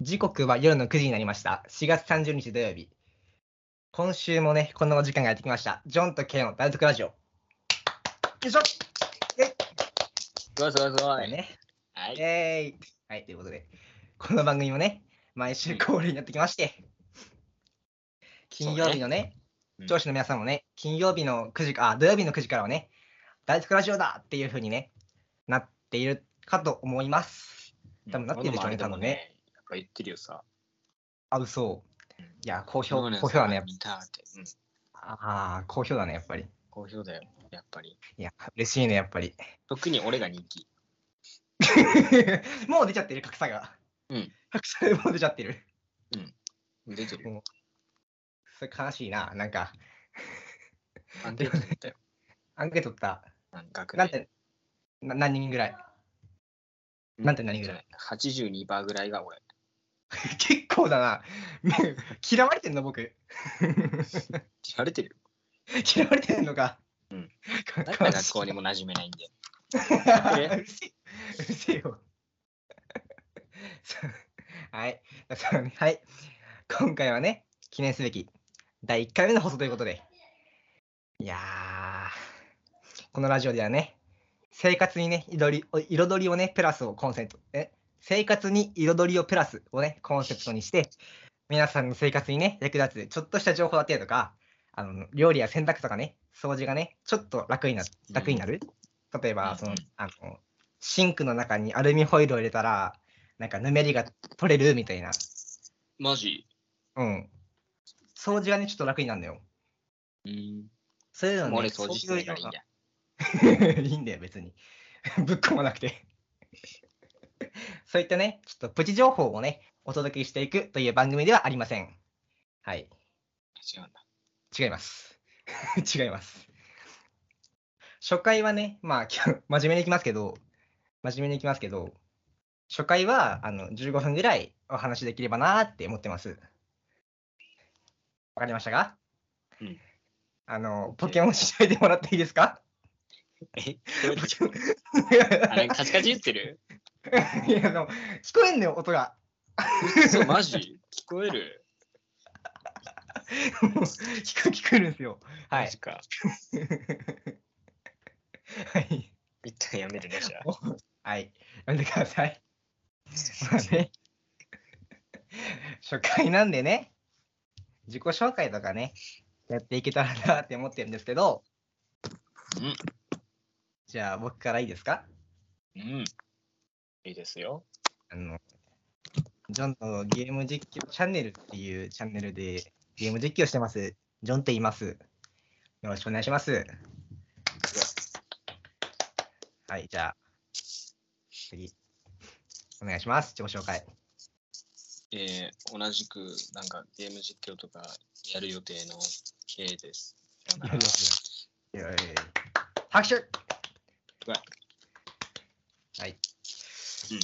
時刻は夜の9時になりました。4月30日土曜日。今週もね、このお時間がやってきました。ジョンとケイの大族ラジオ。よいしょすごいすごいすごい。ね、はい。えーいはい、ということで、この番組もね、毎週恒例になってきまして、金曜日のね、うん上司の皆さんもね、金曜日の9時か、あ、土曜日の9時からはね、大族ラジオだっていうふうにね、なっているかと思います。多分なってるでしょうね俺の周りで多も分ね。やっぱ言ってるよさ。あ、嘘。いや、好評、今の好評だね。見たって。うん。ああ、好評だね、やっぱり。好評だよ。やっぱり。いや、嬉しいね、やっぱり。特に俺が人気。 もう出ちゃってる、格差が。うん。格差がもう出ちゃってる。出てるよ。それ悲しいな。なんか、アンケートだったよ。アンケート取った。なんか学なん年て、な何人ぐらい なんて何ぐらい ?82% ぐらいが俺。結構だな。 嫌われてんの、僕。知られて るよ。嫌われてんのか。うんか。だから学校にも馴染めないんで。 うるせえ。うるせえよ。そう はい。そうねはい。今回はね、記念すべき第1回目の放送ということで。いやー、このラジオではね、生活にね、彩りお彩りをね、プラスをコンセント、え生活に彩りをプラスをね、コンセプトにして、皆さんの生活にね、役立つ、ちょっとした情報だったりとか、あの料理や洗濯とかね、掃除がね、ちょっと楽にな楽になる。例えうば、んその、あの、シンクの中にアルミホイルを入れたら、なんかぬめりが取れるみたいな。マジうん。掃除がね、ちょっと楽になるんだよ。うん。そういうのもうね、俺掃除してないからいいんだ。 いいんだよ、別に。ぶっ込まなくて。 そういったね、ちょっとプチ情報をね、お届けしていくという番組ではありません。はい、違うんだ。違います。 違います。初回はね、まあ、き ょ真面目にいきますけど、真面目にいきますけど、初回はあの15分ぐらいお話しできればなーって思ってます。わかりましたかうん。あの、ポケモンしないでもらっていいですかえあれ、 カチカチ言ってる いや、でも、聞こえんのよ、音が。 そう、マジ聞こえる聞こえ、聞こえるんですよ。はマいジ。か。はい。一旦やめるね、じゃあ。はい。やめてください。まあね。初回なんでね、自己紹介とかね、やっていけたらなって思ってるんですけど、うんじゃあ、僕からいいですかうん。いいで すよ。あの、ジョンのゲーム実況チャンネルっていうチャンネルでゲーム実況してます。ジョンって言います。よろしくお願いします。はい、じゃあ、次。お願いします。自己紹介。えー同じくなんかゲーム実況とかやる予定の K です。さよなら イエーイ拍手うわはい。っうん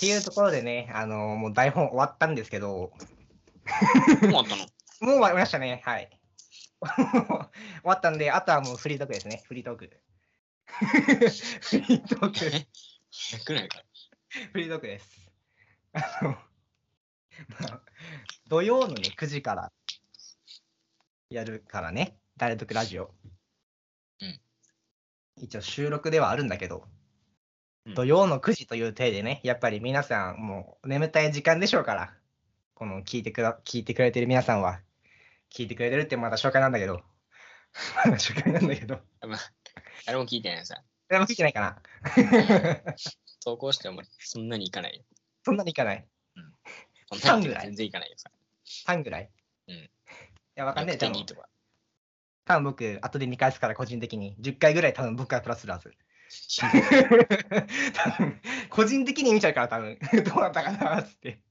ていうところでね、あのもう台本終わったんですけど、もうあったのもう終わりましたね。はい。 終わったんで、あとはもうフリートークですね。フリートー ク。フリートーク、え早くないかフリートークです。あの、まあ、土曜のね、9時からやるからね、誰得ラジオ。うん。一応収録ではあるんだけど、うん土曜の9時という体でね、やっぱり皆さんもう眠たい時間でしょうから、この聞いてくだ聞いてくれてる皆さんは、聞いてくれてるってまだ紹介なんだけど、まだ紹介なんだけど、まあ誰も聞いてないさ。誰も聞いてないかな。投稿してもそんなにいかないよ。そんなにいかない。そんなに半ぐらい全然いかないよさ。 3ぐらい。うんいや、わかんない。で100点もにとか。多分僕、後で見返すから個人的に、10回ぐらい多分僕がプラスするはず。多分個人的に見ちゃうから多分、 どうなったかなっつって。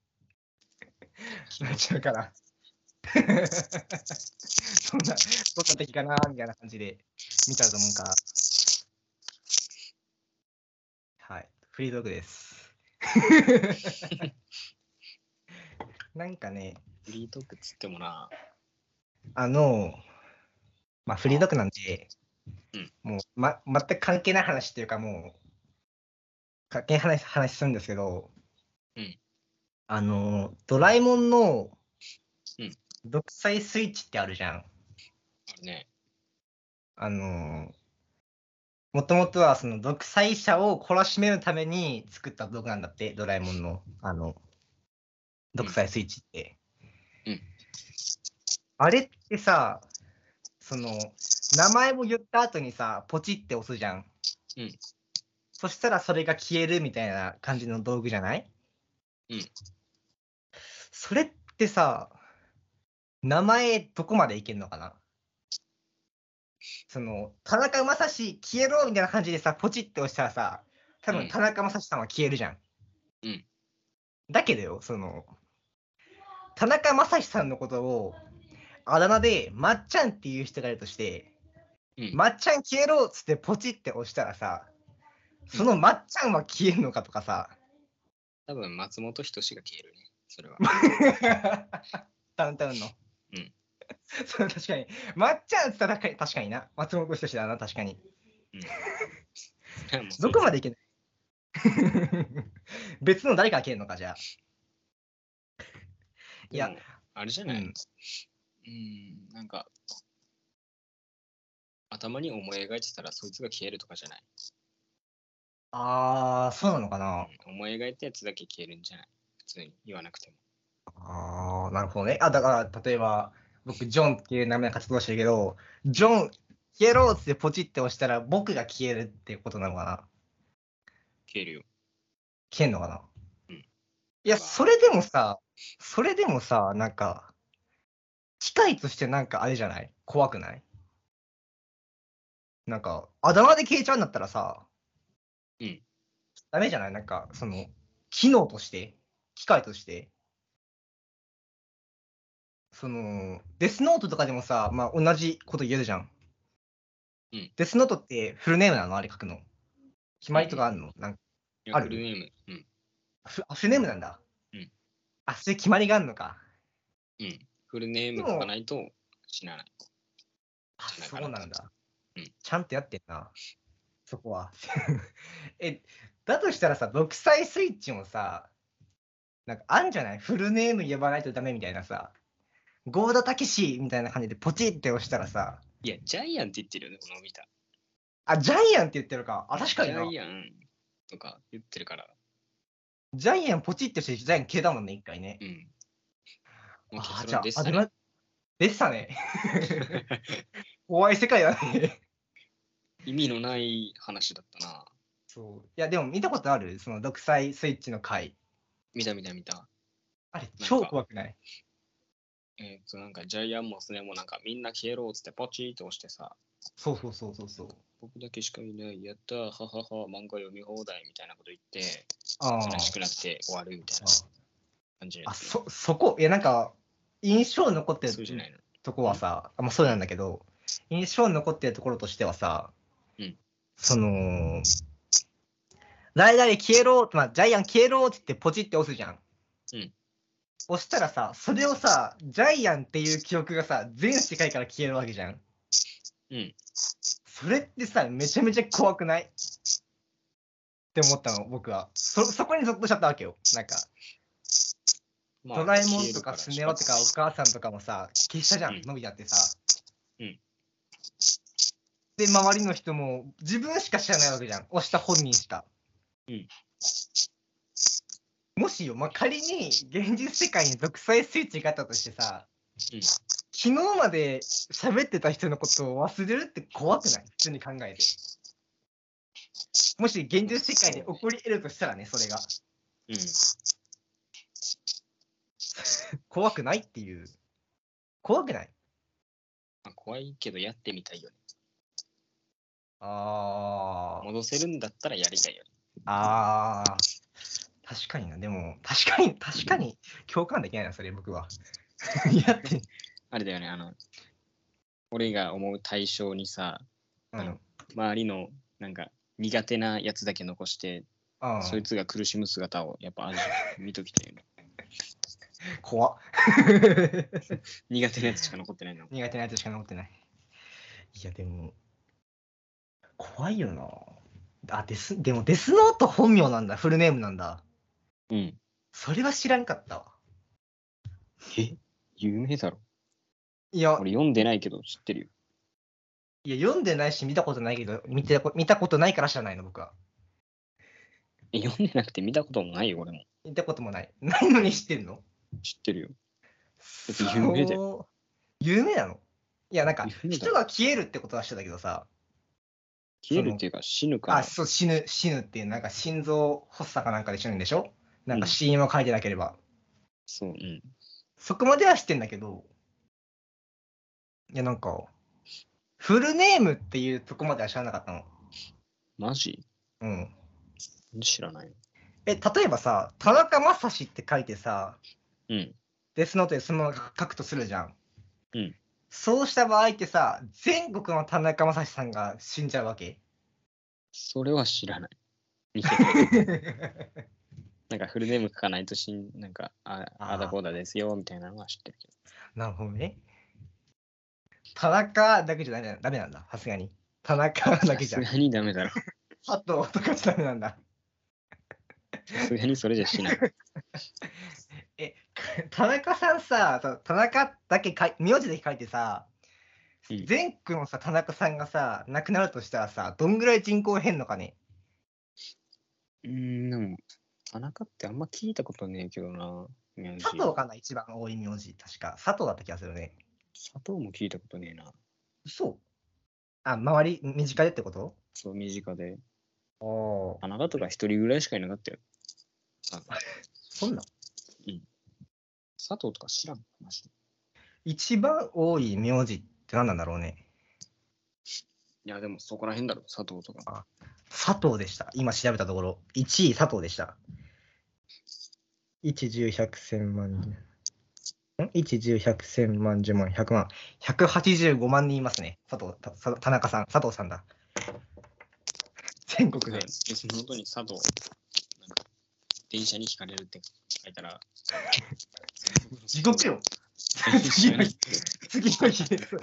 なっちゃうから。 そんな、どうなったきかなみたいな感じで見ちゃうと思うから。はい、フリードッグです。なんかね、フリートークっつってもな。あの、まあ、フリードッグなんで、うんもう、ま、全く関係ない話っていうか、もう、関係ない話話するんですけど、うんあの、ドラえもんのうん、独裁スイッチってあるじゃん。あるね。あの、もともとはその独裁者を懲らしめるために作った道具なんだって、ドラえもんの、あの、独裁スイッチって。うんあれってさ、その、名前を言った後にさ、ポチって押すじゃん。うんそしたらそれが消えるみたいな感じの道具じゃないうんそれってさ、名前どこまでいけんのかなその、田中将司消えろみたいな感じでさ、ポチって押したらさ、多う分ん田中将司さんは消えるじゃん。うんだけどよ、その、田中将司さんのことを、あだ名で、まっちゃんっていう人がいるとして、うんまっちゃん消えろっつってポチって押したらさ、そのまっちゃんは消えるのかとかさ、多分松本人志が消えるね。そ れは。 ダウンタウンの。うんそう確かに。まっちゃんっつったら確かに確かにな。松本人志だな、確かに。それはもうそうどこまでいけない 別の誰かが消えるのか、じゃあ。いやでもあれじゃない、ううんん、なんか、頭に思い描いてたらそいつが消えるとかじゃない。あー、そうなのかな。うん思い描いたやつだけ消えるんじゃない普通に言わなくても。あー、なるほどね。あ、だから、例えば、僕、ジョンっていう名前で活動してるけど、ジョン、消えろっつってポチって押したら、僕が消えるってことなのかな。消えるよ。消えんのかな。うんいや、それでもさ、それでもさ、なんか、機械としてなんかあれじゃない怖くないなんか、あだ名で消えちゃうんだったらさ、うん。ダメじゃないなんか、その、機能として、機械として。その、デスノートとかでもさ、まあ、同じこと言えるじゃん。うん。デスノートってフルネームなのあれ書くの。決まりとかあるのなんかいやあるフルネーム。うん。フあフルネームなんだ。うん。あ、そういう決まりがあるのか。うん。フルネーム書かないと死なない。あ、じゃないそかうななんだ。うんちゃんとやってんな。そこは。 え、だとしたらさ、独裁スイッチもさ、なんかあんじゃないフルネーム呼ばないとダメみたいなさ、ゴーダタケシみたいな感じでポチって押したらさ、いや、ジャイアンって言ってるよね、この見た。あ、ジャイアンって言ってるか。あ、確かにジな。ャジイアンとか言ってるから。ャイアンポチってして、ジャイアン消えたもんね、一回ね。うん。もうあ、結じゃ論あ、であすでねも。でしたね。 怖い世界だね。意味のない話だったな。そう。いや、でも見たことあるその独裁スイッチの回。見た見た見た。あれ、か超怖くないえっ、と、なんかジャイアンもスネもなんかみんな消えろっつってポチーと押してさ、そうそうそうそうそう。僕だけしかいない、やったー、ははは、漫画読み放題みたいなこと言って、あー悲しくなって終わるみたいな感じのやあ、つそ、そこ、いや、なんか、印象に残ってそうじゃないるの。とこはさ、あまあ、そうなんだけど、印象に残ってるところとしてはさ、うんその、誰々消えろ、まあ、ジャイアン消えろって言ってポチって押すじゃん。うん押したらさ、それをさ、ジャイアンっていう記憶がさ、全世界から消えるわけじゃん。うん。それってさ、めちゃめちゃ怖くないって思ったの、僕は。そ、そこにゾッとしちゃったわけよ。なんか、まあドラえもんとかス消えネる夫らとかお母さんとかもさ、消したじゃうんん、のび太ってさ。うんで、周りの人も自分しか知らないわけじゃん。押した本人しか。うんもしよ、まあ、仮に現実世界に独裁スイッチがあったとしてさ、うん昨日まで喋ってた人のことを忘れるって怖くない普通に考えて。もし現実世界で起こり得るとしたらね、それが。うん。怖くないっていう。怖くないまあ、怖いけどやってみたいよね。あー戻せるんだったらやりたいよね。あー。確かにな。でも、確かに、確かに、共感できないな、それ、僕は。 い やって、あれだよね、あの、俺が思う対象にさ、うん。周りのなんか苦手なやつだけ残して、あそいつが苦しむ姿をやっぱ味わ見ときたいよ ね。怖っ 苦手なやつしか残ってないの。苦手なやつしか残ってない。いや、でも、怖いよな。あ、デス、でも、デスノート本名なんだ。フルネームなんだ。うん。それは知らんかったわ。え有名だろ。いや、俺読んでないけど知ってるよ。いや読んでないし見たことないけど、見てこ見たことないから知らないの、僕は。え読んでなくて見たこともないよ、俺も。見たこともない。ないのに知ってんの知ってるよ。別に有名だよ。有名なのいや、なんか、有名だ人よが消えるってことはしてたけどさ、消えるっていうか死ぬかあ、ら。そう、死ぬ、死ぬっていう、なんか心臓発作かなんかで死ぬんでしょなんか死因を書いてなければ。そう、うん。そこまでは知ってんだけど、いや、なんか、フルネームっていうとこまでは知らなかったの。マジうん。知らないよ。え、例えばさ、田中正史って書いてさ、うん。デスノートでそのまま書くとするじゃん。うん。そうした場合ってさ、全国の田中正史さんが死んじゃうわけ それは知らない。見てないなんかフルネーム書かないと死ん、なんか、ああーあだこうだですよ、みたいなのは知ってるけど。なるほどね。田中だけじゃダメなダメなんだ、さすがに。田中 だけじゃさすがにダメだろ。 佐藤とかじゃダメなんだ。さすがにそれじゃ死ない。え、田中さんさ、その田中だけかい名字だけ書いてさうん、全国のさ、田中さんがさ、亡くなるとしたらさ、どんぐらい人口減んのかねうーん、でも、田中ってあんま聞いたことねえけどな。名字佐藤かな、一番多い名字、確か。佐藤だった気がするね。佐藤も聞いたことねえな。嘘あ、周り、身近でってことそう、身近で。おおー田中とか一人ぐらいしかいなかったよ。あそんなん佐藤とか知らん。マジで一番多い名字って何なんだろうね。いや、でもそこら辺だろ、佐藤とか。佐藤でした。今調べたところ、1位佐藤でした。1、10、100、1000万人。ん ?1、10、100、1000万、10万、100万。185万人いますね。佐藤、たさ田中さん、佐藤さんだ。全国ねで。え、その後に佐藤、なんか、電車にひかれるって書いた ら、地獄 よ。電車 に。次の日です。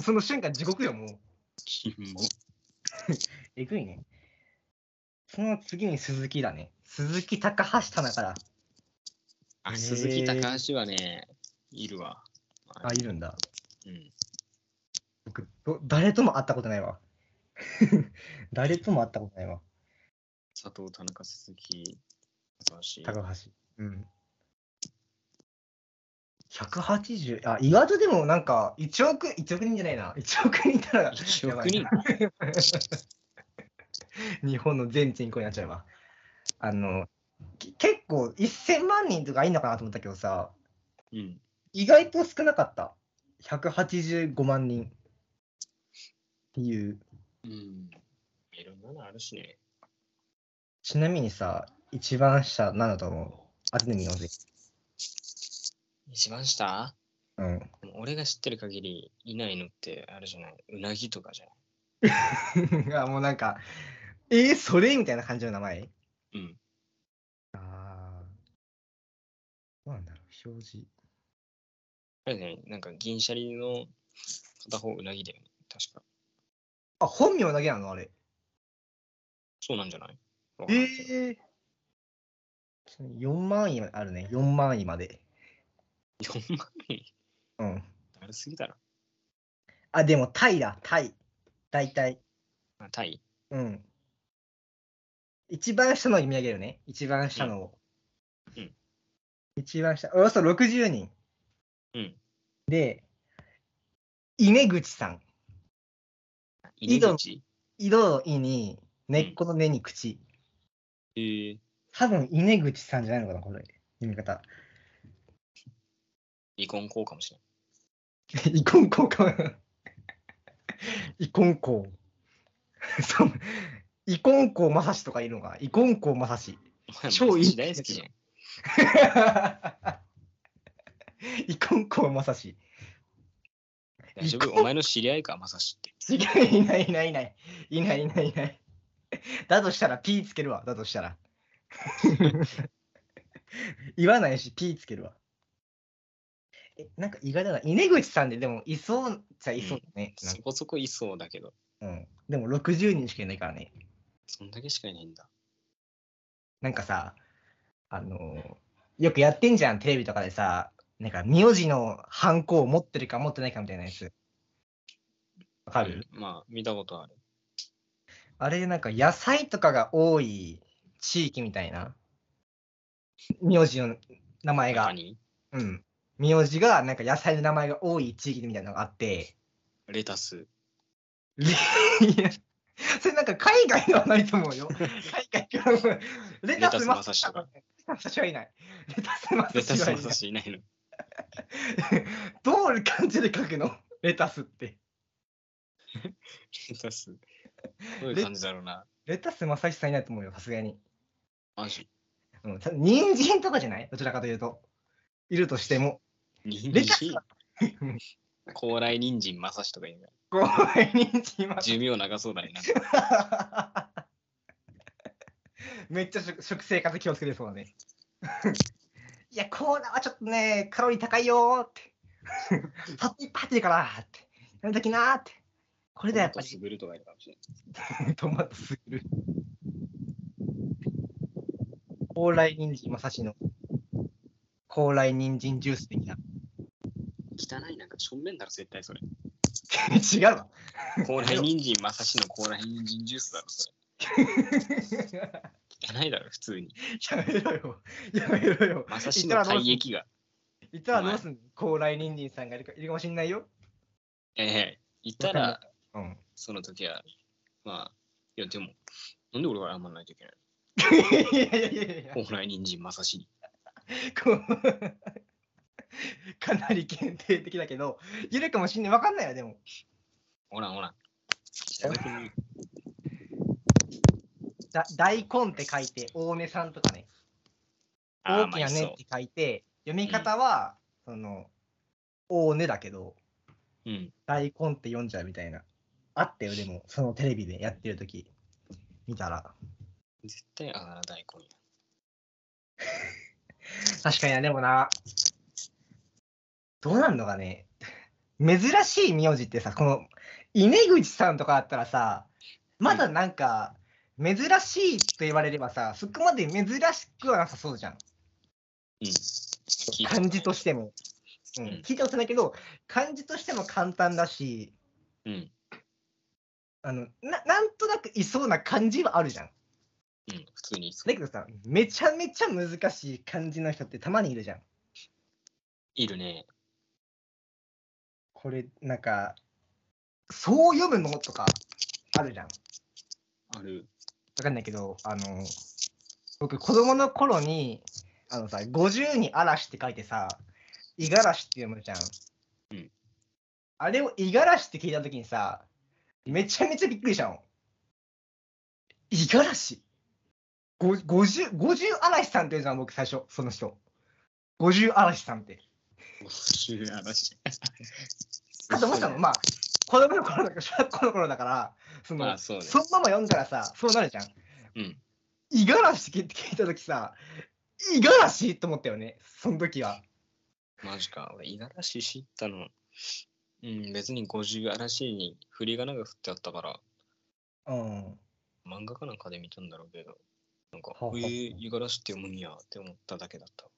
そその瞬間、地獄よ、もう。キモえぐいね。その次に鈴木だね。鈴木、高橋、田中だ。あ、ねえ鈴木高橋はね、いるわ。あ、いるんだ。うん。僕ど誰とも会ったことないわ 誰とも会ったことないわ佐藤、田中、鈴木、高橋。高橋うん180あ意外とでもなんか1億1億人じゃないな1億人い たら1億人やばいな日本の全人口になっちゃうわあのけ結構1000万人とかいんのかなと思ったけどさ うん。意外と少なかった185万人っていううん。いろんなのあるしね。ちなみにさ、一番下、なんだと思う当ててみようぜ。一番下うん。俺が知ってる限りいないのってあるじゃないうなぎとかじゃない あもうなんか、えー、それみたいな感じの名前うん。ああ。どうなんだろう、表示。あれだよね、なんか銀シャリの片方うなぎだよね。確か。あ、本名だけなのあれ。そうなんじゃないわかえんなえいけどー。ちなみに4万位あるね。4万位まで。 4万円うん。だるすぎだろ。あ、でもタイだ、タイ。大体。あタイうん。一番下のを読み上げるね。一番下のを。うんうん一番下。およそ60人。うん。で、稲口さん。井井戸戸口色の意に、根っこの根に口。えー、多分、稲口さんじゃないのかな、これ。読み方。離婚校かもしれん。イコン校か。 イコン校。 そう。イコン校まさしとかいるのかな。イコン校まさし。 お前超いい松井大好きじゃん。イコン校まさし。大丈離夫お前の知り合いか、まさしって。違う、いないいないいない。いないいないいない。だとしたら P つけるわ、だとした ら。言わないし P つけるわ。え、なんか意外だな。稲口さんででもいそうじゃいそうだね。なんそかこそこいそうだけど、うん、でも60人しかいないからね。そんだけしかいないんだ。なんかさ、あのーよくやってんじゃん、テレビとかでさ、なんか、名字のハンコを持ってるか持ってないかみたいなやつ。わかる、うんまあ、見たことある。あれ、なんか、野菜とかが多い地域みたいな。名字の名前が中。にうん。名字が、なんか野菜の名前が多い地域みたいなのがあって。 レタス。いや、それなんか海外ではないと思う よ。海外からもレタスまさしと か。レタスまさしはいない。レタスまレさタしスはいまないさ。しいないの。どういう感じで書くのレタスって。レタス。どういう感じだろうな。レタスまさしさんいないと思うよ、さすがに。マジ。うん、た人参とかじゃないどちらかというと。いるとして も。人レタス参うん 高麗人参まさしとか言うの。こう、人参まさし。寿命長そうだね。なんか めっちゃ食食生活気をつけてそうだね。 いや、コーラはちょっとね、カロリー高いよーって。パッといっぱい入ってるからーって。やめときなーって。これだやっぱトマりトスグルとかいるかもしれトマトすぎる。高麗人参まさしの高麗人参ジュース的な。ない。汚いなんかしょんべんだろ、絶対それ。違うわ。高麗人参まさしの高麗人参ジュースだろ、それ。汚いだろ、普通に。 やめろよ。やめろよ。まさしの体液が。いたらどうすんの高麗人参さんがいるかいるかもしんないよ。ええいたわら、うん。その時は、まあ、いや、でも、なんで俺が謝らないといけない いやいやいやいやの高麗人参まさしに。こう かなり限定的だけど、いるかもしんない。わかんないよ、でも。ほらほら。調べてみだ大根って書いて、大根さんとかね。あー大きなまあい根そって書いて、読み方は、その、大根だけど、ううん。大根って読んじゃうみたいな。あったよ、でも、そのテレビでやってる時見たら。絶対あがら大根や。確かになでもな。どうなんのかね。珍しい名字ってさ、この、稲口さんとかあったらさ、まだなんか、珍しいと言われればさ、そこまで珍しくはなさそうじゃん。うん。聞いたことな漢い字としても。うんうん、聞いたことないけど、漢字としても簡単だし、うん。あのななんとなくいそうな感じはあるじゃん。うん。普通にそうだけどさ、めちゃめちゃ難しい漢字の人ってたまにいるじゃん。いるね。これ、なんか、そう読むのとかあるじゃん。ある。わかんないけど、あの、僕、子供の頃に、あのさ、50に嵐って書いてさ、五十嵐って読むじゃん。うんあれを五十嵐って聞いたときにさ、めちゃめちゃびっくりしたの。五十嵐ご ?50、50嵐さんって言うじゃん、僕最初、その人。50嵐さんって。 50嵐。かと思ってたの、 まあ、子供の頃だから、小学校の頃だから、その、まあそうねそのまま読んだらさ、そうなるじゃん。うん。五十嵐って聞いたときさ、五十嵐と思ったよね、その時は。マジか。俺、五十嵐知ったの。うん、別に50嵐に振り仮名が振ってあったから、うん。漫画かなんかで見たんだろうけど、なんか、はあはあえー、五十嵐って読むんやって思っただけだった。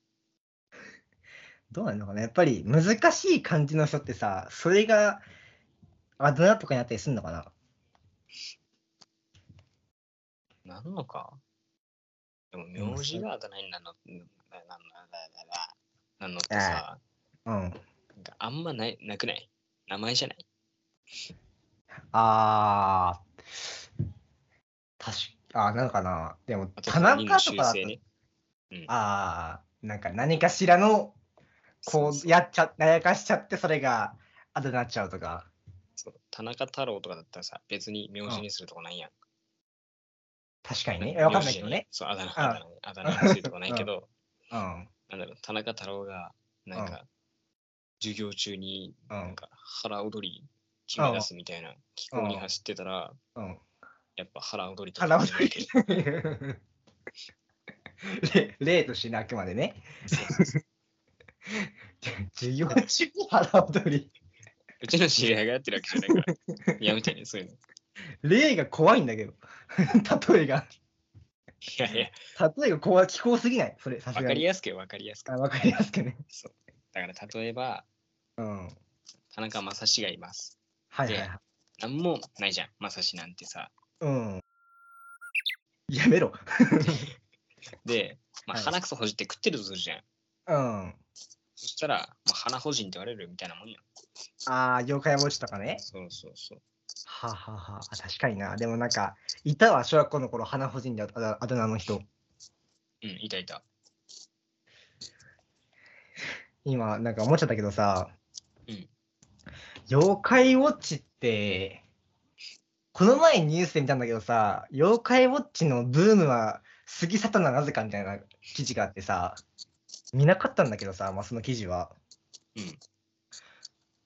どうなのかな、やっぱり難しい漢字の人ってさ、それがあだ名とかになったりするのかな。なんのかでも、でも名字があだ名になんの、なんの、なんの、なんのってさ、うん。なんかあんまない、なくない名前じゃないあー、確か、あー、なのかな。でも、あ田中と他人のか習だと、性ね。うん、あー、なんか何かしらの、こそうう、やっちゃ、やらかしちゃって、それがあだ名になっちゃうとか。そう田中太郎とかだったらさ、別に名字にするとこないやん。確かにね。名字わかんないけどね。。そう、あだ名、ああだ名あだ名にするとこないけど、うん。なんだろう、田中太郎が、なんか、授業中に、うんなんか、腹踊り決め出すみたいな気候に走ってたら、うん。 やっぱ腹踊りと腹か渡り。例例としてね、あくまでね。授業中に腹踊り。うちの知り合いがやってるわけじゃない から。やめてね、そういうの。例が怖いんだけど。例えが。いやい例や、えばこうは気候すぎないそれ、さすわがかりに。やすくよわかりやすくあ。わかりやすくね。だから例えば、うん。はい田中正史がいます。はいはい。なんもないじゃん、正史なんてさ。うん。やめろ。で、まあ、はい鼻くそほじって食ってるとするじゃん。うん。あそしたら、まあ、鼻ほじんって言われるみたいなもんよ。あ、妖怪ウォッチとかね。そうそうそう。はあ、はあはあ、確かにな。でもなんか、いたわ、小学校の頃、鼻ほじんであだあだ名の人。うん、いたいた。今、なんか思っちゃったけどさ、うん妖怪ウォッチって、この前ニュースで見たんだけどさ、妖怪ウォッチのブームは過ぎ去ったのはなぜかみたいな記事があってさ、見なかったんだけどさ、まあ、その記事は。うん。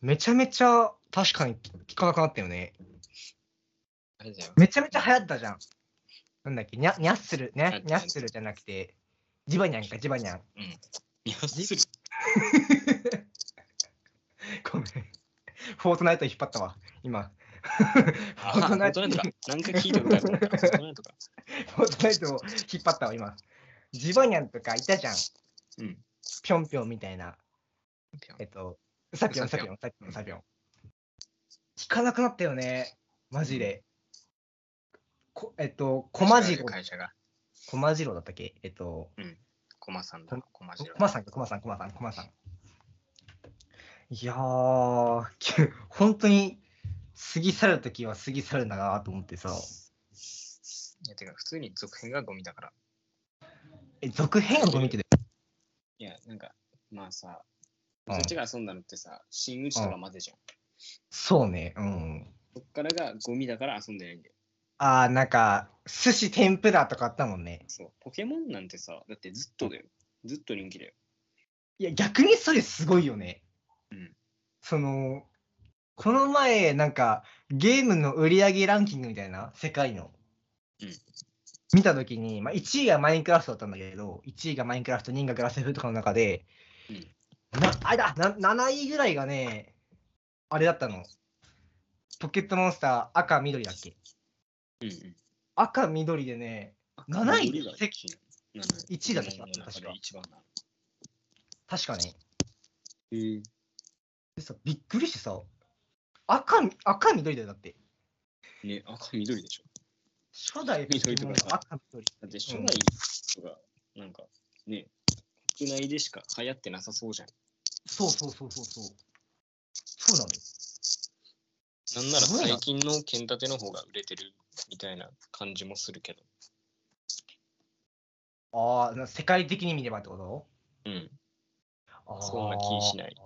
めちゃめちゃ確かに聞かなくなったよね。あれだよ。めちゃめちゃ流行ったじゃん。なんだっけ、にゃにゃっする、流行ねっ、たにゃっするじゃなくて、ジバニャンか、ジバニャン。うん。いや、する。ごめん。フォートナイト引っ張ったわ、今。あ、フォートナイトか。なんか聞いたことあるな。フォートナイトか。フォートナイトを引っ張ったわ、今。ジバニャンとかいたじゃん。うん。ぴょんぴょんみたいな。ぴょんえっと、サピョン、ササピピョョン、サピョン、サピョン。聞かなくなったよね、マジで。こえっと、コマジロ、会社が。コマジロだったっけえっと、コマさんだ。コマジロコ。マさんか、コマさん、コマさん、コマさん。いやー、きゅ本当に過ぎ去るときは過ぎ去るんだなと思ってさ、いや、てか、普通に続編がゴミだから。え、続編を見てる。いや、なんか、まあさ、うんそっちが遊んだのってさ、新打ちとかまでじゃん。そうね、うん。そっからがゴミだから遊んでないんだよ。あー、なんか、寿司天ぷらとかあったもんね。そう。ポケモンなんてさ、だってずっとだよ。ずっと人気だよ。いや、逆にそれすごいよね。うん。その、この前、なんか、ゲームの売り上げランキングみたいな、世界の。うん見たときに、まあ、1位がマインクラフトだったんだけど、1位がマインクラフト、2位がグラセフとかの中で、なあれだな、7位ぐらいがね、あれだったの。ポケットモンスター赤、緑だっけうんうん。赤、緑でね、7位緑が1位なのよ1位だったポケモンの中で一番なの。確かね。うん。でさ、びっくりしてさ、赤、赤、緑だよ、だって。ね、赤緑でしょ。初代ポケモンの赤、緑。だって初代とか、なんかね、国内でしか流行ってなさそうじゃん。そうそうそうそうそう。そうなのよ。なんならすごいな最近の剣立ての方が売れてるみたいな感じもするけど。ああ、な世界的に見ればってことうん。あーそんな気しない。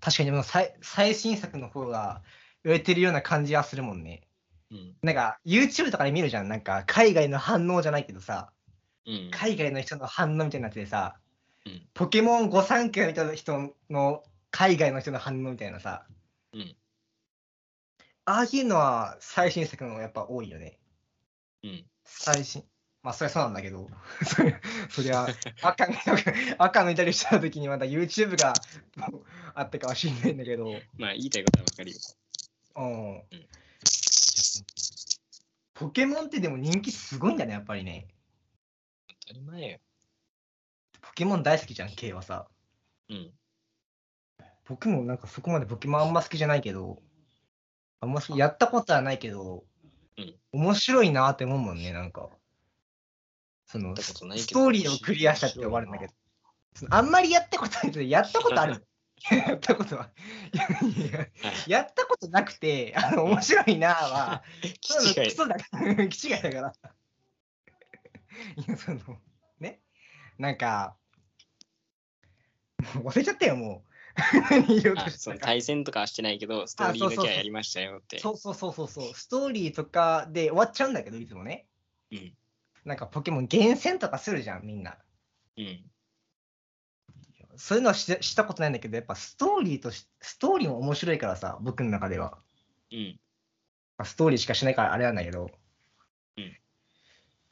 確かにでも最最新作の方が売れてるような感じはするもんね。うん。なんか YouTube とかで見るじゃん。なんか海外の反応じゃないけどさ、うん。海外の人の反応みたいになっててさ、うんポケモン御三家を見た人の海外の人の反応みたいなさ、うんああいうのは最新作の方がやっぱ多いよね。うん。最新まあそりゃそうなんだけど そりゃそりゃ赤の 赤のいたりした時にまだ YouTube がもうあったかもしれないんだけど、うん、まあ言いたいことはわかるよ。ポケモンってでも人気すごいんだねやっぱりね当たり前よ。ポケモン大好きじゃん K はさうん。僕もなんかそこまでポケモンあんま好きじゃないけどあんま好きやったことはないけど、うん面白いなって思うもんねなんかそのやったことないけスどトーリーをクリアしたって終わるんだけど、そのあんまりやったことないけど、やったことあ る。やったことは。いやいややったことなくて、あの面白いなぁは、気違クい。ソだ から、気違いだから。いや、その、ね、なんか、もう忘れちゃったよ、もう。 何言おうとあしそたのか。 対戦とかはしてないけど、ストーリーだけはやりましたよって。そうそうそうそうそう、ストーリーとかで終わっちゃうんだけど、いつもね。うんなんかポケモン厳選とかするじゃん、みんな。うん。そういうのはししたことないんだけど、やっぱストーリーとし、ストーリーも面白いからさ、僕の中では。うん。まあストーリーしかしないからあれなんだけど。うん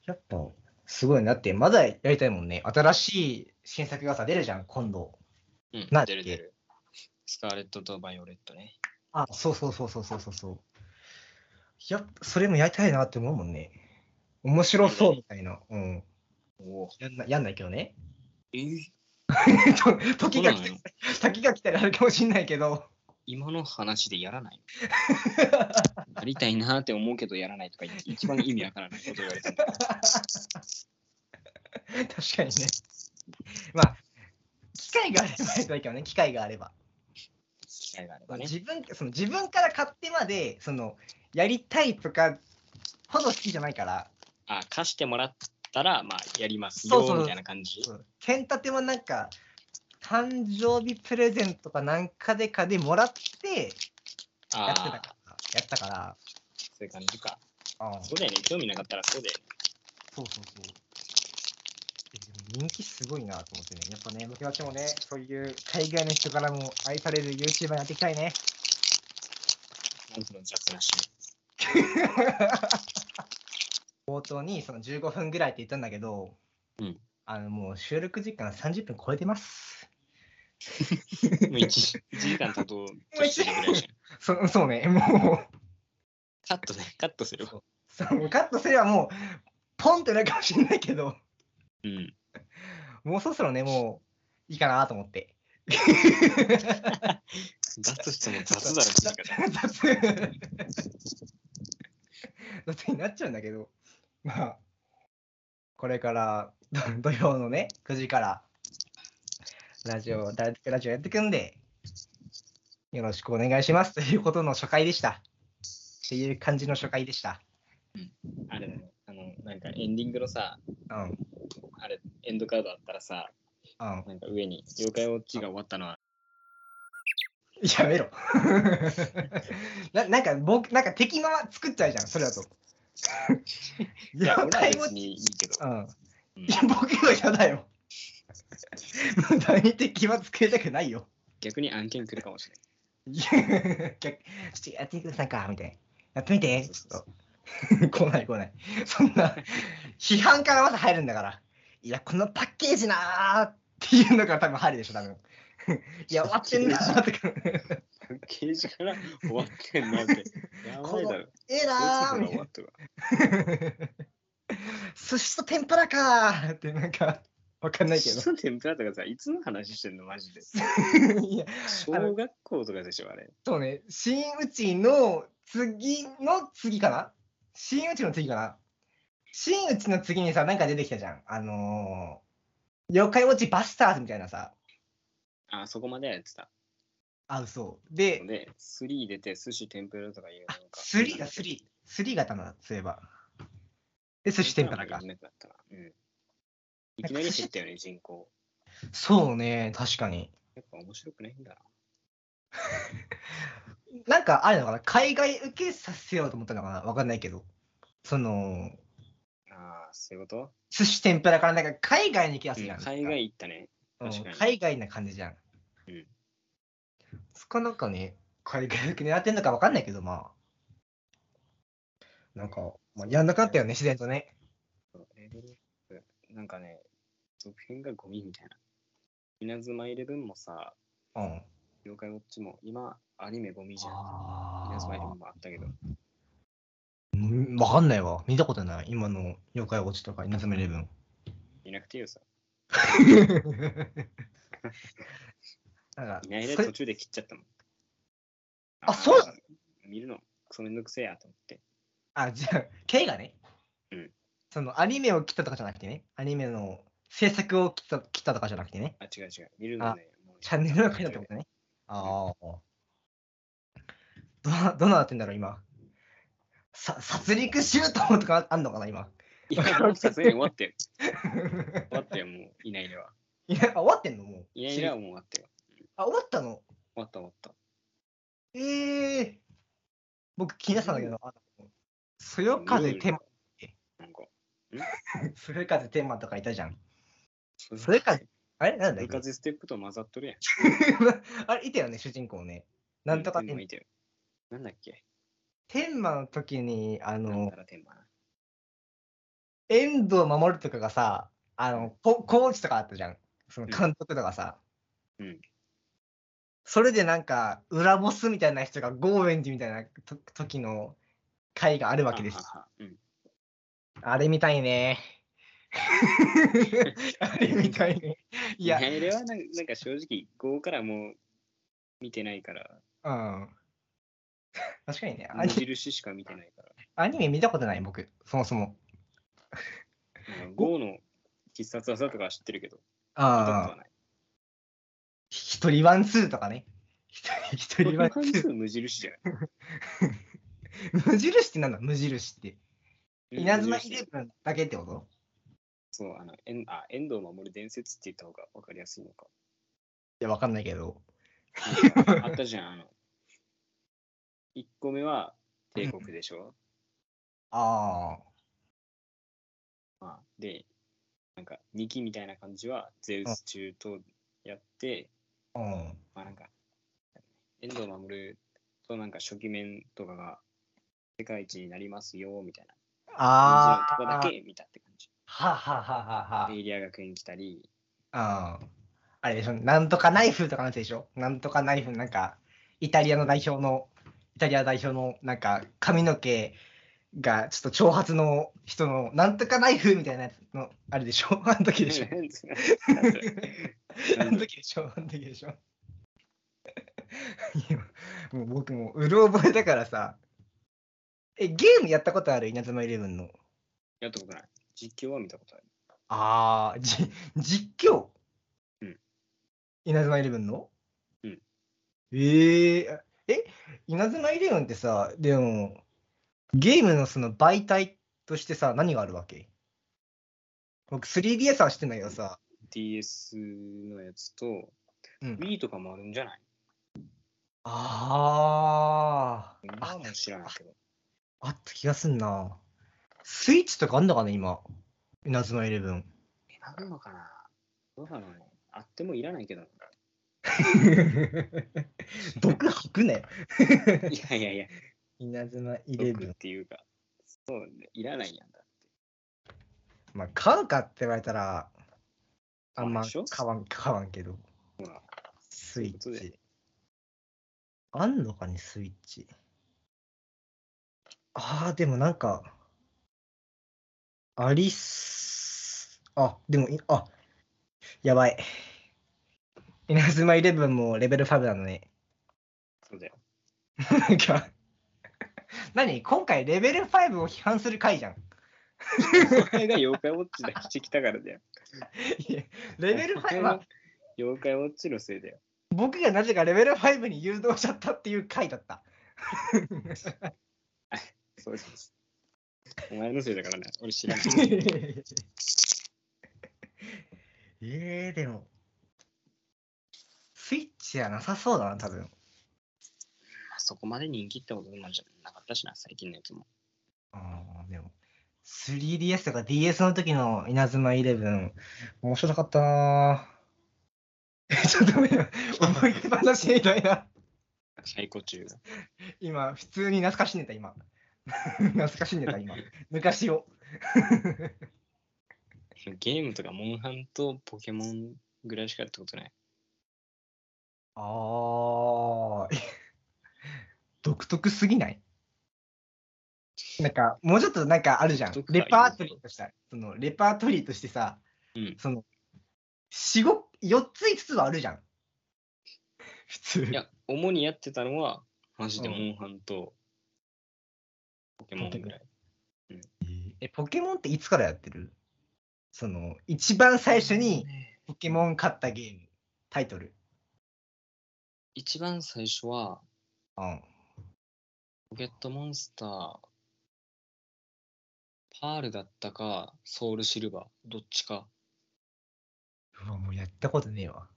やっぱ、すごいなって、まだやりたいもんね。新しい新作がさ、出るじゃん、今度。うんなん。だ出っける出る。スカーレットとバイオレットね。あ、そうそうそうそうそうそうそう。やっぱ、それもやりたいなって思うもんね。面白そうみたいな。うん。おやんなやんないけどね。えと 時が来そうなて、先が来たらあるかもしんないけど。今の話でやらない やりたいなーって思うけどやらないとか言って一番意味わからないこと言われたんだ確かにね。まあ、機会があればやりたいけどね、機会があれば。機会があれば ね。自分その自分から買ってまでそのやりたいとかほど好きじゃないからあ、貸してもらったら、まあ、やりますよそうそうみたいな感じ。そう剣立てはなんか誕生日プレゼントかなんかでかでもらってやってたあかあ、らやったからそういう感じか。あそうだよね。興味なかったらそうだよね。そうそうそうえでも人気すごいなと思ってねやっぱね僕たちもねそういう海外の人からも愛される YouTuber になっていきたいねなんその雑な趣冒頭にその15分ぐらいって言ったんだけど、うんあのもう収録時間30分超えてます味。もう 1, 時間経とうとしてるぐらいじゃそん。そうね、もうカットね、カットするわ。そう、もうカットすればもう、ポンってなるかもしれないけど、うん。もうそろそろね、もういいかなと思って。 雑しても雑だろ、聞き方。雑雑になっちゃうんだけど、まあ、これからど 土曜のね、9時から、ラジオ、だラジオやってくんで、よろしくお願いしますということの初回でした。っていう感じの初回でした。あれだね。あの、なんかエンディングのさ、うん、うん。あれ、エンドカードあったらさ、なんか上に、妖怪ウォッチが終わったのは、やめろななんか僕なんか敵のは作っちゃうじゃんそれだといや、 妖俺は怪ウォッ別チにいいけど。うんうんいや僕は嫌だよ無駄に敵は作りたくないよ逆に案件来るかもしれないいや逆ちょっとやってくださいかみたいなやってみてちょっと来ない来ないそんな批判からまず入るんだからいやこのパッケージなーっていうのから多分入るでしょ多分いや終わってんなーとか。刑事から終わってんなって。やばいだろ。ええなそーみたいいつの方が終なわったわ。寿司と天ぷらかーってなんかわかんないけどその天ぷらとかさ、いつの話してんのマジで。いや小学校とかでしょ、あれ。そうね新内の次の次かな新内の次かな新内の次にさなんか出てきたじゃんあのー、妖怪ウォッチバスターズみたいなさあ、そこまではやってた。あそうでで、3出て、寿司、天ぷらとかいうあのか。スリーだスリースリー型のだそういえばで寿司天ぷらか初めてだったなうん。いきなり減ったよね、人口。そうね確かにやっぱ面白くないんだな。なんかあれだから海外受けさせようと思ったのかなわかんないけどそのああ、そういうこと寿司天ぷらからなんか海外に行きやすいじゃん。海外行ったね。うん確かに海外な感じじゃん。うんそこなんかね、海外行く狙ってんのか分かんないけど、まあ。なんか、まあ、やんなかったよね、自然とね。レベルアップなんかね、続編がゴミみたいな。稲妻イレブンもさ、うん。妖怪ウォッチも、今、アニメゴミじゃん。稲あ妻イレブあンもあったけど。分かんないわ。見たことない。今の妖怪ウォッチとか、稲妻イレ ブン。いなくていいよさ。なんかいないでそれ途中で切っちゃったもん。あそうだ見るの、クソめんどくせえやと思って。あ、じゃあ、K がね、うんそのアニメを切ったとかじゃなくてね、アニメの制作を切った切ったとかじゃなくてね、あ、違う違う。見るのね。もうチャンネルを変えたってことね。ああ。どな、どうなってんだろう、今。さ、殺戮シュートとかあんのかな、今。いや、もうさすがに終わってよ。終わってよ、もう。いないでは。いや、あ終わってんのもう。いないではもう終わってよ。あ、終わったの終わった終わった。ええ僕、気になってたんだけど、あのそよ風天、なんか、そよ風天満とかいたじゃん。そそよ風、あれなんだっ部け活ステップと混ざっとるやん。 あれ、いたよね、主人公ね。なんとかうん天天満満い。てよなんだっけ天満の時に、あなんのた、ら天満な。遠藤守とかがさ、あの、こコーチとかあったじゃん。その監督とかさ。うんそれでなんか、裏ボスみたいな人がゴーエンジみたいなと時の回があるわけですあ。ははうんあれみたい ね。あれみたいね。いや、あれはなんなんか正直、5からもう見てないから、うん。確かにねア無ニ、印しか見てないから。アニメ見たことない、僕、そもそも。 なんか5の必殺技とかは知ってるけど、見たことあはあ、ない。一人ワンツーとかね。一人一人ワンツ半ー。数無印じゃない。無印ってなんだ無印って。 稲妻イ無レ印ブンだけってことそう、あの、えんあ遠藤守伝説って言った方が分かりやすいのか。いや、わかんないけど。な んかあったじゃん、あの。1個目は帝国でしょ。あまあ、で、なんか2期みたいな感じはゼウス中東やって、あ、うん。まあなんか、遠藤守となんか初期面とかが世界一になりますよみたいなああ感じ、のとこだけ見たって感じ。はははははエイリア学園来たり、あーあれでしょ、なんとかナイフとかのやつでしょなんとかナイフ、なんか、イタリアの代表の、イタリア代表の、なんか、髪の毛が、ちょっと長髪の人の、なんとかナイフみたいなやつの、あれでしょ あの時でし ょあの時でしょあの時でしょ いやもう僕もううろ覚えだからさ。え、ゲームやったことある稲妻イレブンの。やったことない。実況は見たことある。ああ、じ、実況うん。稲妻イレブンのうん。えええ、稲妻イレブンってさ、でも、ゲームのその媒体としてさ、何があるわけ僕 3DS は知ってんだけどさ、 DS のやつと、うん、 Wii とかもあるんじゃないあー今あは、もう知らないけど。あった気がすんな。スイッチとかあんだかね、今。稲妻イレブン。え、あるのかなどうなのね。あってもいらない けどな。毒吐くね。いやいやいや、稲妻イレブ毒ンっ。ていうか、そう、いらないやんだ。まあ、買うかって言われたら、あんま買わんでしょ買わん、買わんけど。スイそッういうことチ。あんのかね、スイッチ。ああ、でもなんか、ありっす。あ、でもい、あ、やばい。稲妻イレブンもレベル5なのね。そうだよ。なんか、 何今回レベル5を批判する回じゃん。お前が妖怪ウォッチだけしてきたからだよ。いやレベルお前5のは妖怪ウォッチのせいだよ。僕がなぜかレベル5に誘導しちゃったっていう回だった。そうです。お前のせいだからね。俺知らない。え えでも、スイッチはなさそうだな、多分。まあ そこまで人気ってことなんじゃなかったしな、最近のやつも。あーでも、3DS とか DS の時の稲妻イレブン、面白かったなぁ。 ちょっと待って思い出話みたいな。最高中。今、普通に懐かしんでた、今。 懐かしんでた、今。昔を。ゲームとかモンハンとポケモンぐらいしかやったことない。ああ、 独特すぎないなんか、もうちょっとなんかあるじゃん独。特レかパートリーとした、そのレパートリーとしてさ、うんその、四五4つ5つはあるじゃん。普通。いや、主にやってたのは、マジでうモんンハンとポケモンぐらい。え、ポケモンっていつからやってるその、一番最初にポケモン買ったゲーム、タイトル。一番最初は、うん。ポケットモンスター、パールだったか、ソウルシルバー、どっちか。うわ、もうやったことねえわ。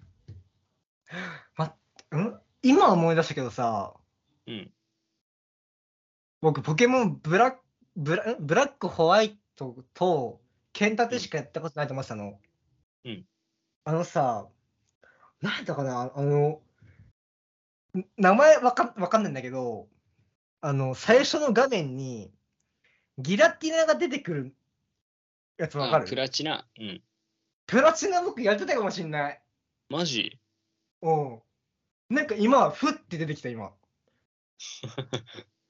ま、ん今思い出したけどさ、うん。僕、ポケモンブラック、ブラブラックホワイトと、剣立てしかやったことないと思ってたの。うん。あのさ、なんだかな、あの、ん名前わかんわかんないんだけど、あの、最初の画面に、ギラティナが出てくるやつわかあるプラチナ。うん。プラチナ僕やってたかもしんない。マジ うん。 なんか今、ふって出てきた、今。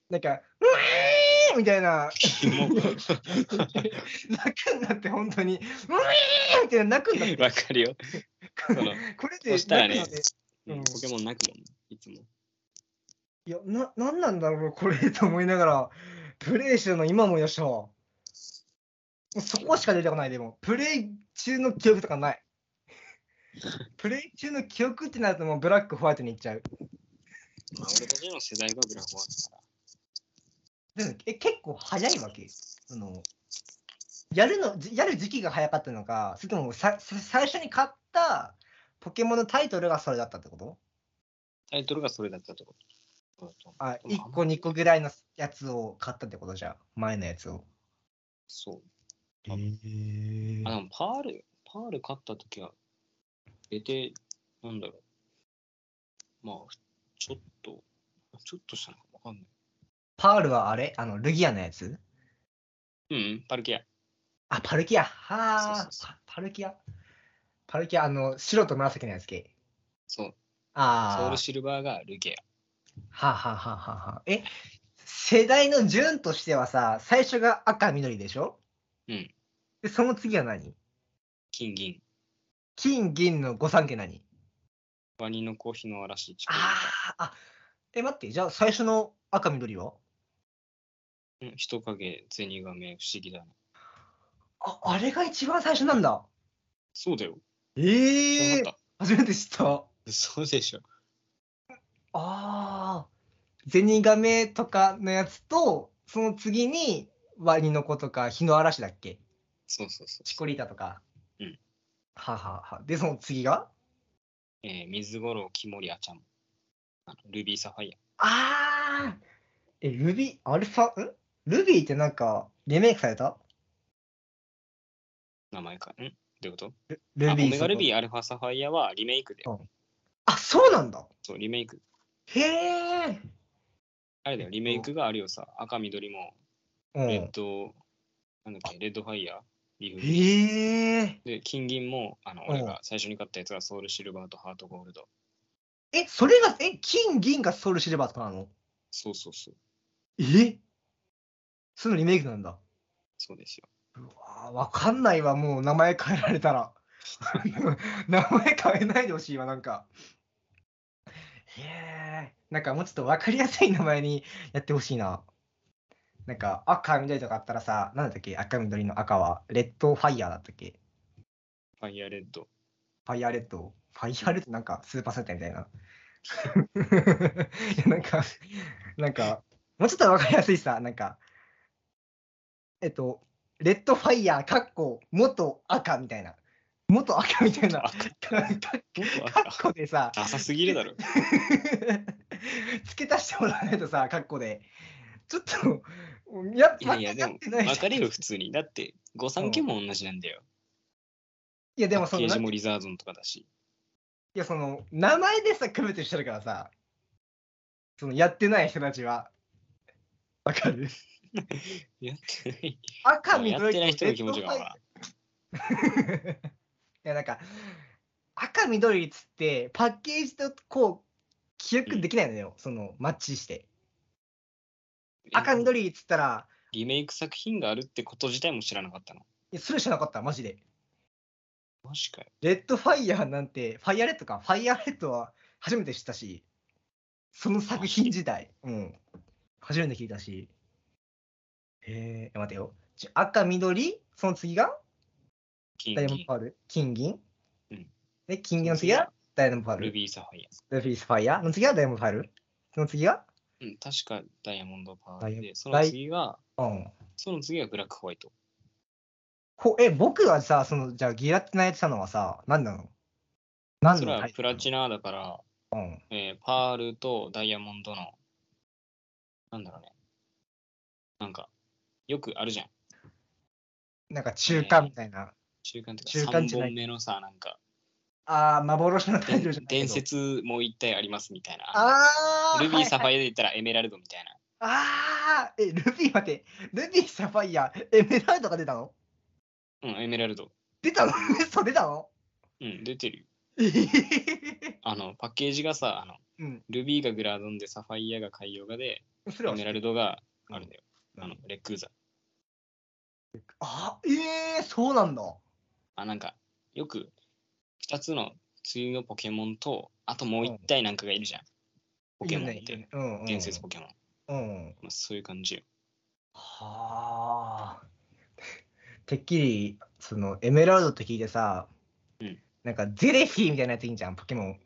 なんか、うえーみたいな、キモ泣くんだって、本当に、うえーって泣くんだって。わかるよ。このれでそしたらね泣くのでうんポケモン泣くもん、いつも。いや、な、なんなんだろう、これと思いながら、プレイしてるの今もよっしゃ。もうそこしか出てこない、でも、プレイ中の記憶とか ない。プレイ中の記憶ってなると、もうブラック、ホワイトに行っちゃう。まあ、俺たちの世代がグラフォワーだかでも、え、結構早いわけあの、やるの、じやる時期が早かったのか、それともささ最初に買ったポケモンのタイトルがそれだったってことら。タイトルがそれだったってこと。あ、でも1個、2個ぐらいのやつを買ったってことじゃん。前のやつを。そう。へあ、でもパール、パール勝った時は、出て、なんだろう。まあ、ちょっと、ちょっとしたのかわかんない。パールはあれあの、ルギアのやつうんうん、パルキア。あ、パルキア。はあそうそうそうパパルキア。パルキア、あの、白と紫のやつ系。そう。ソウああル。シルバーがルケはあはあはあはあはあ。え、世代の順としてはさ、最初が赤、緑でしょうん。で、その次は何金銀。金、銀の御三家何ワニの子、日の嵐、チコリンああ、あ、え、待って、じゃあ最初の赤、緑はカうん人影、銭亀、不思議だな。あ、あれが一番最初なんだ。そうだよ。ええ知ーらなかっ、初めて知った。た。そうでしょ。ああ、ゼニガメとかのやつと、その次にワニの子とか、日の嵐だっけそうそうそう。チコリータとか。うん。はあはあはあで、その次がえー、水五郎、木森あちゃん。あのルビーサファイア。ああえ、ルビー、アルファ、んルビーってなんか、リメイクされた名前か。んどういうことルあビー。オメガルビー。ー、アルファサファイアはリメイクで。あ、そうなんだ。そう、リメイク。へえ。あれだよ、リメイクがあるよさ。赤、緑も、うレッん。ド、なんだっけ、レッドファイヤー、リーフビー。へえ。で、金銀も、あの、うん俺が最初に買ったやつがソウルシルバーとハートゴールド。え、それが、え、金、銀がソウルシルバーとかなのそうそうそう。えそのリメイクなんだ。そうですよ。あーわかんないわ、もう名前変えられたら。 名前変えないでほしいわ、なんか。へえ、なんかもうちょっと分かりやすい名前にやってほしいな。なんか赤、緑とかあったらさ、なんだっけ、赤、緑の赤は、レッドファイヤーだったっけファイヤーレッド。ファイヤーレッド。ファイヤーレッドなんかスーパーセンターみたいな。 いやなんか、なんか、もうちょっとわかりやすいさ、なんか、えっと、レッドファイヤー、かっこ、元赤みたいな。元赤みたいな。か か元かっこでさ、ダサすぎ るだろ。付け足してもらわないとさ、かっこで。ちょっと、やっいぱやいや、でも、い分かれる普通に。だって、御三家も同じなんだよ。いや、でもそケの、なージんてもリザードンとかだし。いや、その、名前でさ、区別してるからさ、その、やってない人たちは。わかるやって ない。赤、や緑ってない人の気持ちが、ほら。 いや、なんか、赤、緑っつって、パッケージとこう、記憶できないのよ、その、マッチして。赤、緑っつったら、リメイク作品があるってこと自体も知らなかったの。いやそれ知らなかった、マジで。マジかよ。レッドファイヤーなんて、ファイヤーレッドか、ファイヤーレッドは初めて知ったし、その作品自体、うん、初めて聞いたし。へえ、待てよ。ちょ赤、緑、その次が金ダイヤモンド銀パール、金銀。うんで、金銀の次はダイヤモンドパール。ルビーサファイルビースファイヤーの次はダイヤモンドファイル。その次がア。うん、確かダイヤモンドパーダイルヤで、その次が、うん。その次がブラックホワイト。こえ、僕はさ、その、じゃあギラってなやってたのはさ、何なの何それのはタイプトラルチナだから、うん。えーパールとダイヤモンドの、なんだろうね。なんか、よくあるじゃん。なんか中間みたいな。中間とか中間じ3ゃない本目のさ、なんか、ああ、幻のタイトルじゃないけど伝説もう一体ありますみたいな。ああルビーサフイァイアで言ったらエメラルドみたいな。ア。ああーえ、ルビー待って、ルビーサファイア、エメラルドが出たのうん、エメラルド。出たの 嘘出たのうん、出てるよ。ええあの、パッケージがさ、あの、うん。ルビーがグラドンで、サファイアが海洋画で、それエはメラルドがあるんだよ。あの、レックウザ。あ、ええー、そうなんだ。あ、なんか、よく、2つの次のポケモンと、あともう1体なんかがいるじゃん。ポケモンっいいよてね、うんうん、伝説ポケモン。うん。まあ、そういう感じよ。はあ。てっきり、その、エメラルドって聞いてさ、うんなんか、ゼレフィーみたいなやついいんじゃん、ポケモン。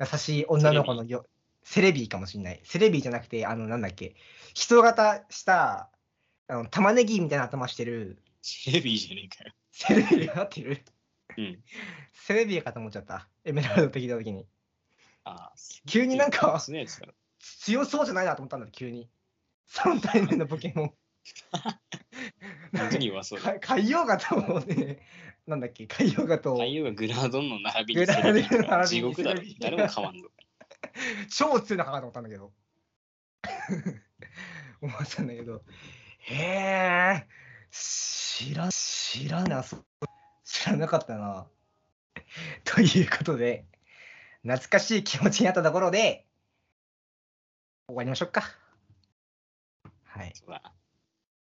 優しい女の子のよ、セレビーかもしんない。セレビーじゃなくて、あの、なんだっけ、人型した、あの、玉ねぎみたいな頭してる、テレビじゃねえかよ。セレビーが合ってるうん。セレビーかと思っちゃった。エメラルドって聞いたときに。あ急になんかそういうやつだろ強そうじゃないなと思ったんだけど急に。3体目のポケモン。本当に弱そうだ。か海洋画と思うね、 なんだっけ、海洋画と太陽がグラドンの並びグにラドンの並びにセレビが地獄だろセレビ。誰も変わんの。超強いのかなと思ったんだけど。 思ったんだけど。へえ、知ら、知らな、そう知らなかったな。 ということで、懐かしい気持ちになったところで、終わりましょうか。はい。そうだな。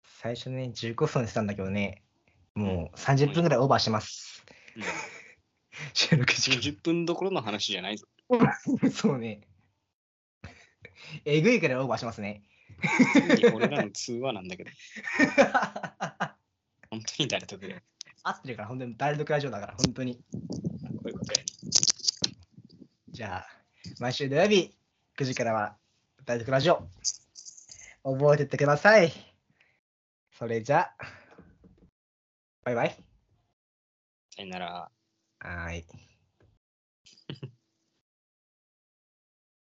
最初ね、15分したんだけどね、もう30分ぐらいオーバーしてます。うん収録時間。 10分どころの話じゃな いぞ。そうね。えぐいくらいオーバーしますね。 俺らの通話なんだけど、合本当に誰得だよ。ってるから、本当に誰独ラジオだから、本当に。こういうことやねじゃあ、毎週土曜日9時からは誰独ラジオ。覚えてってください。それじゃあ、バイバイ。さよなら。はーい。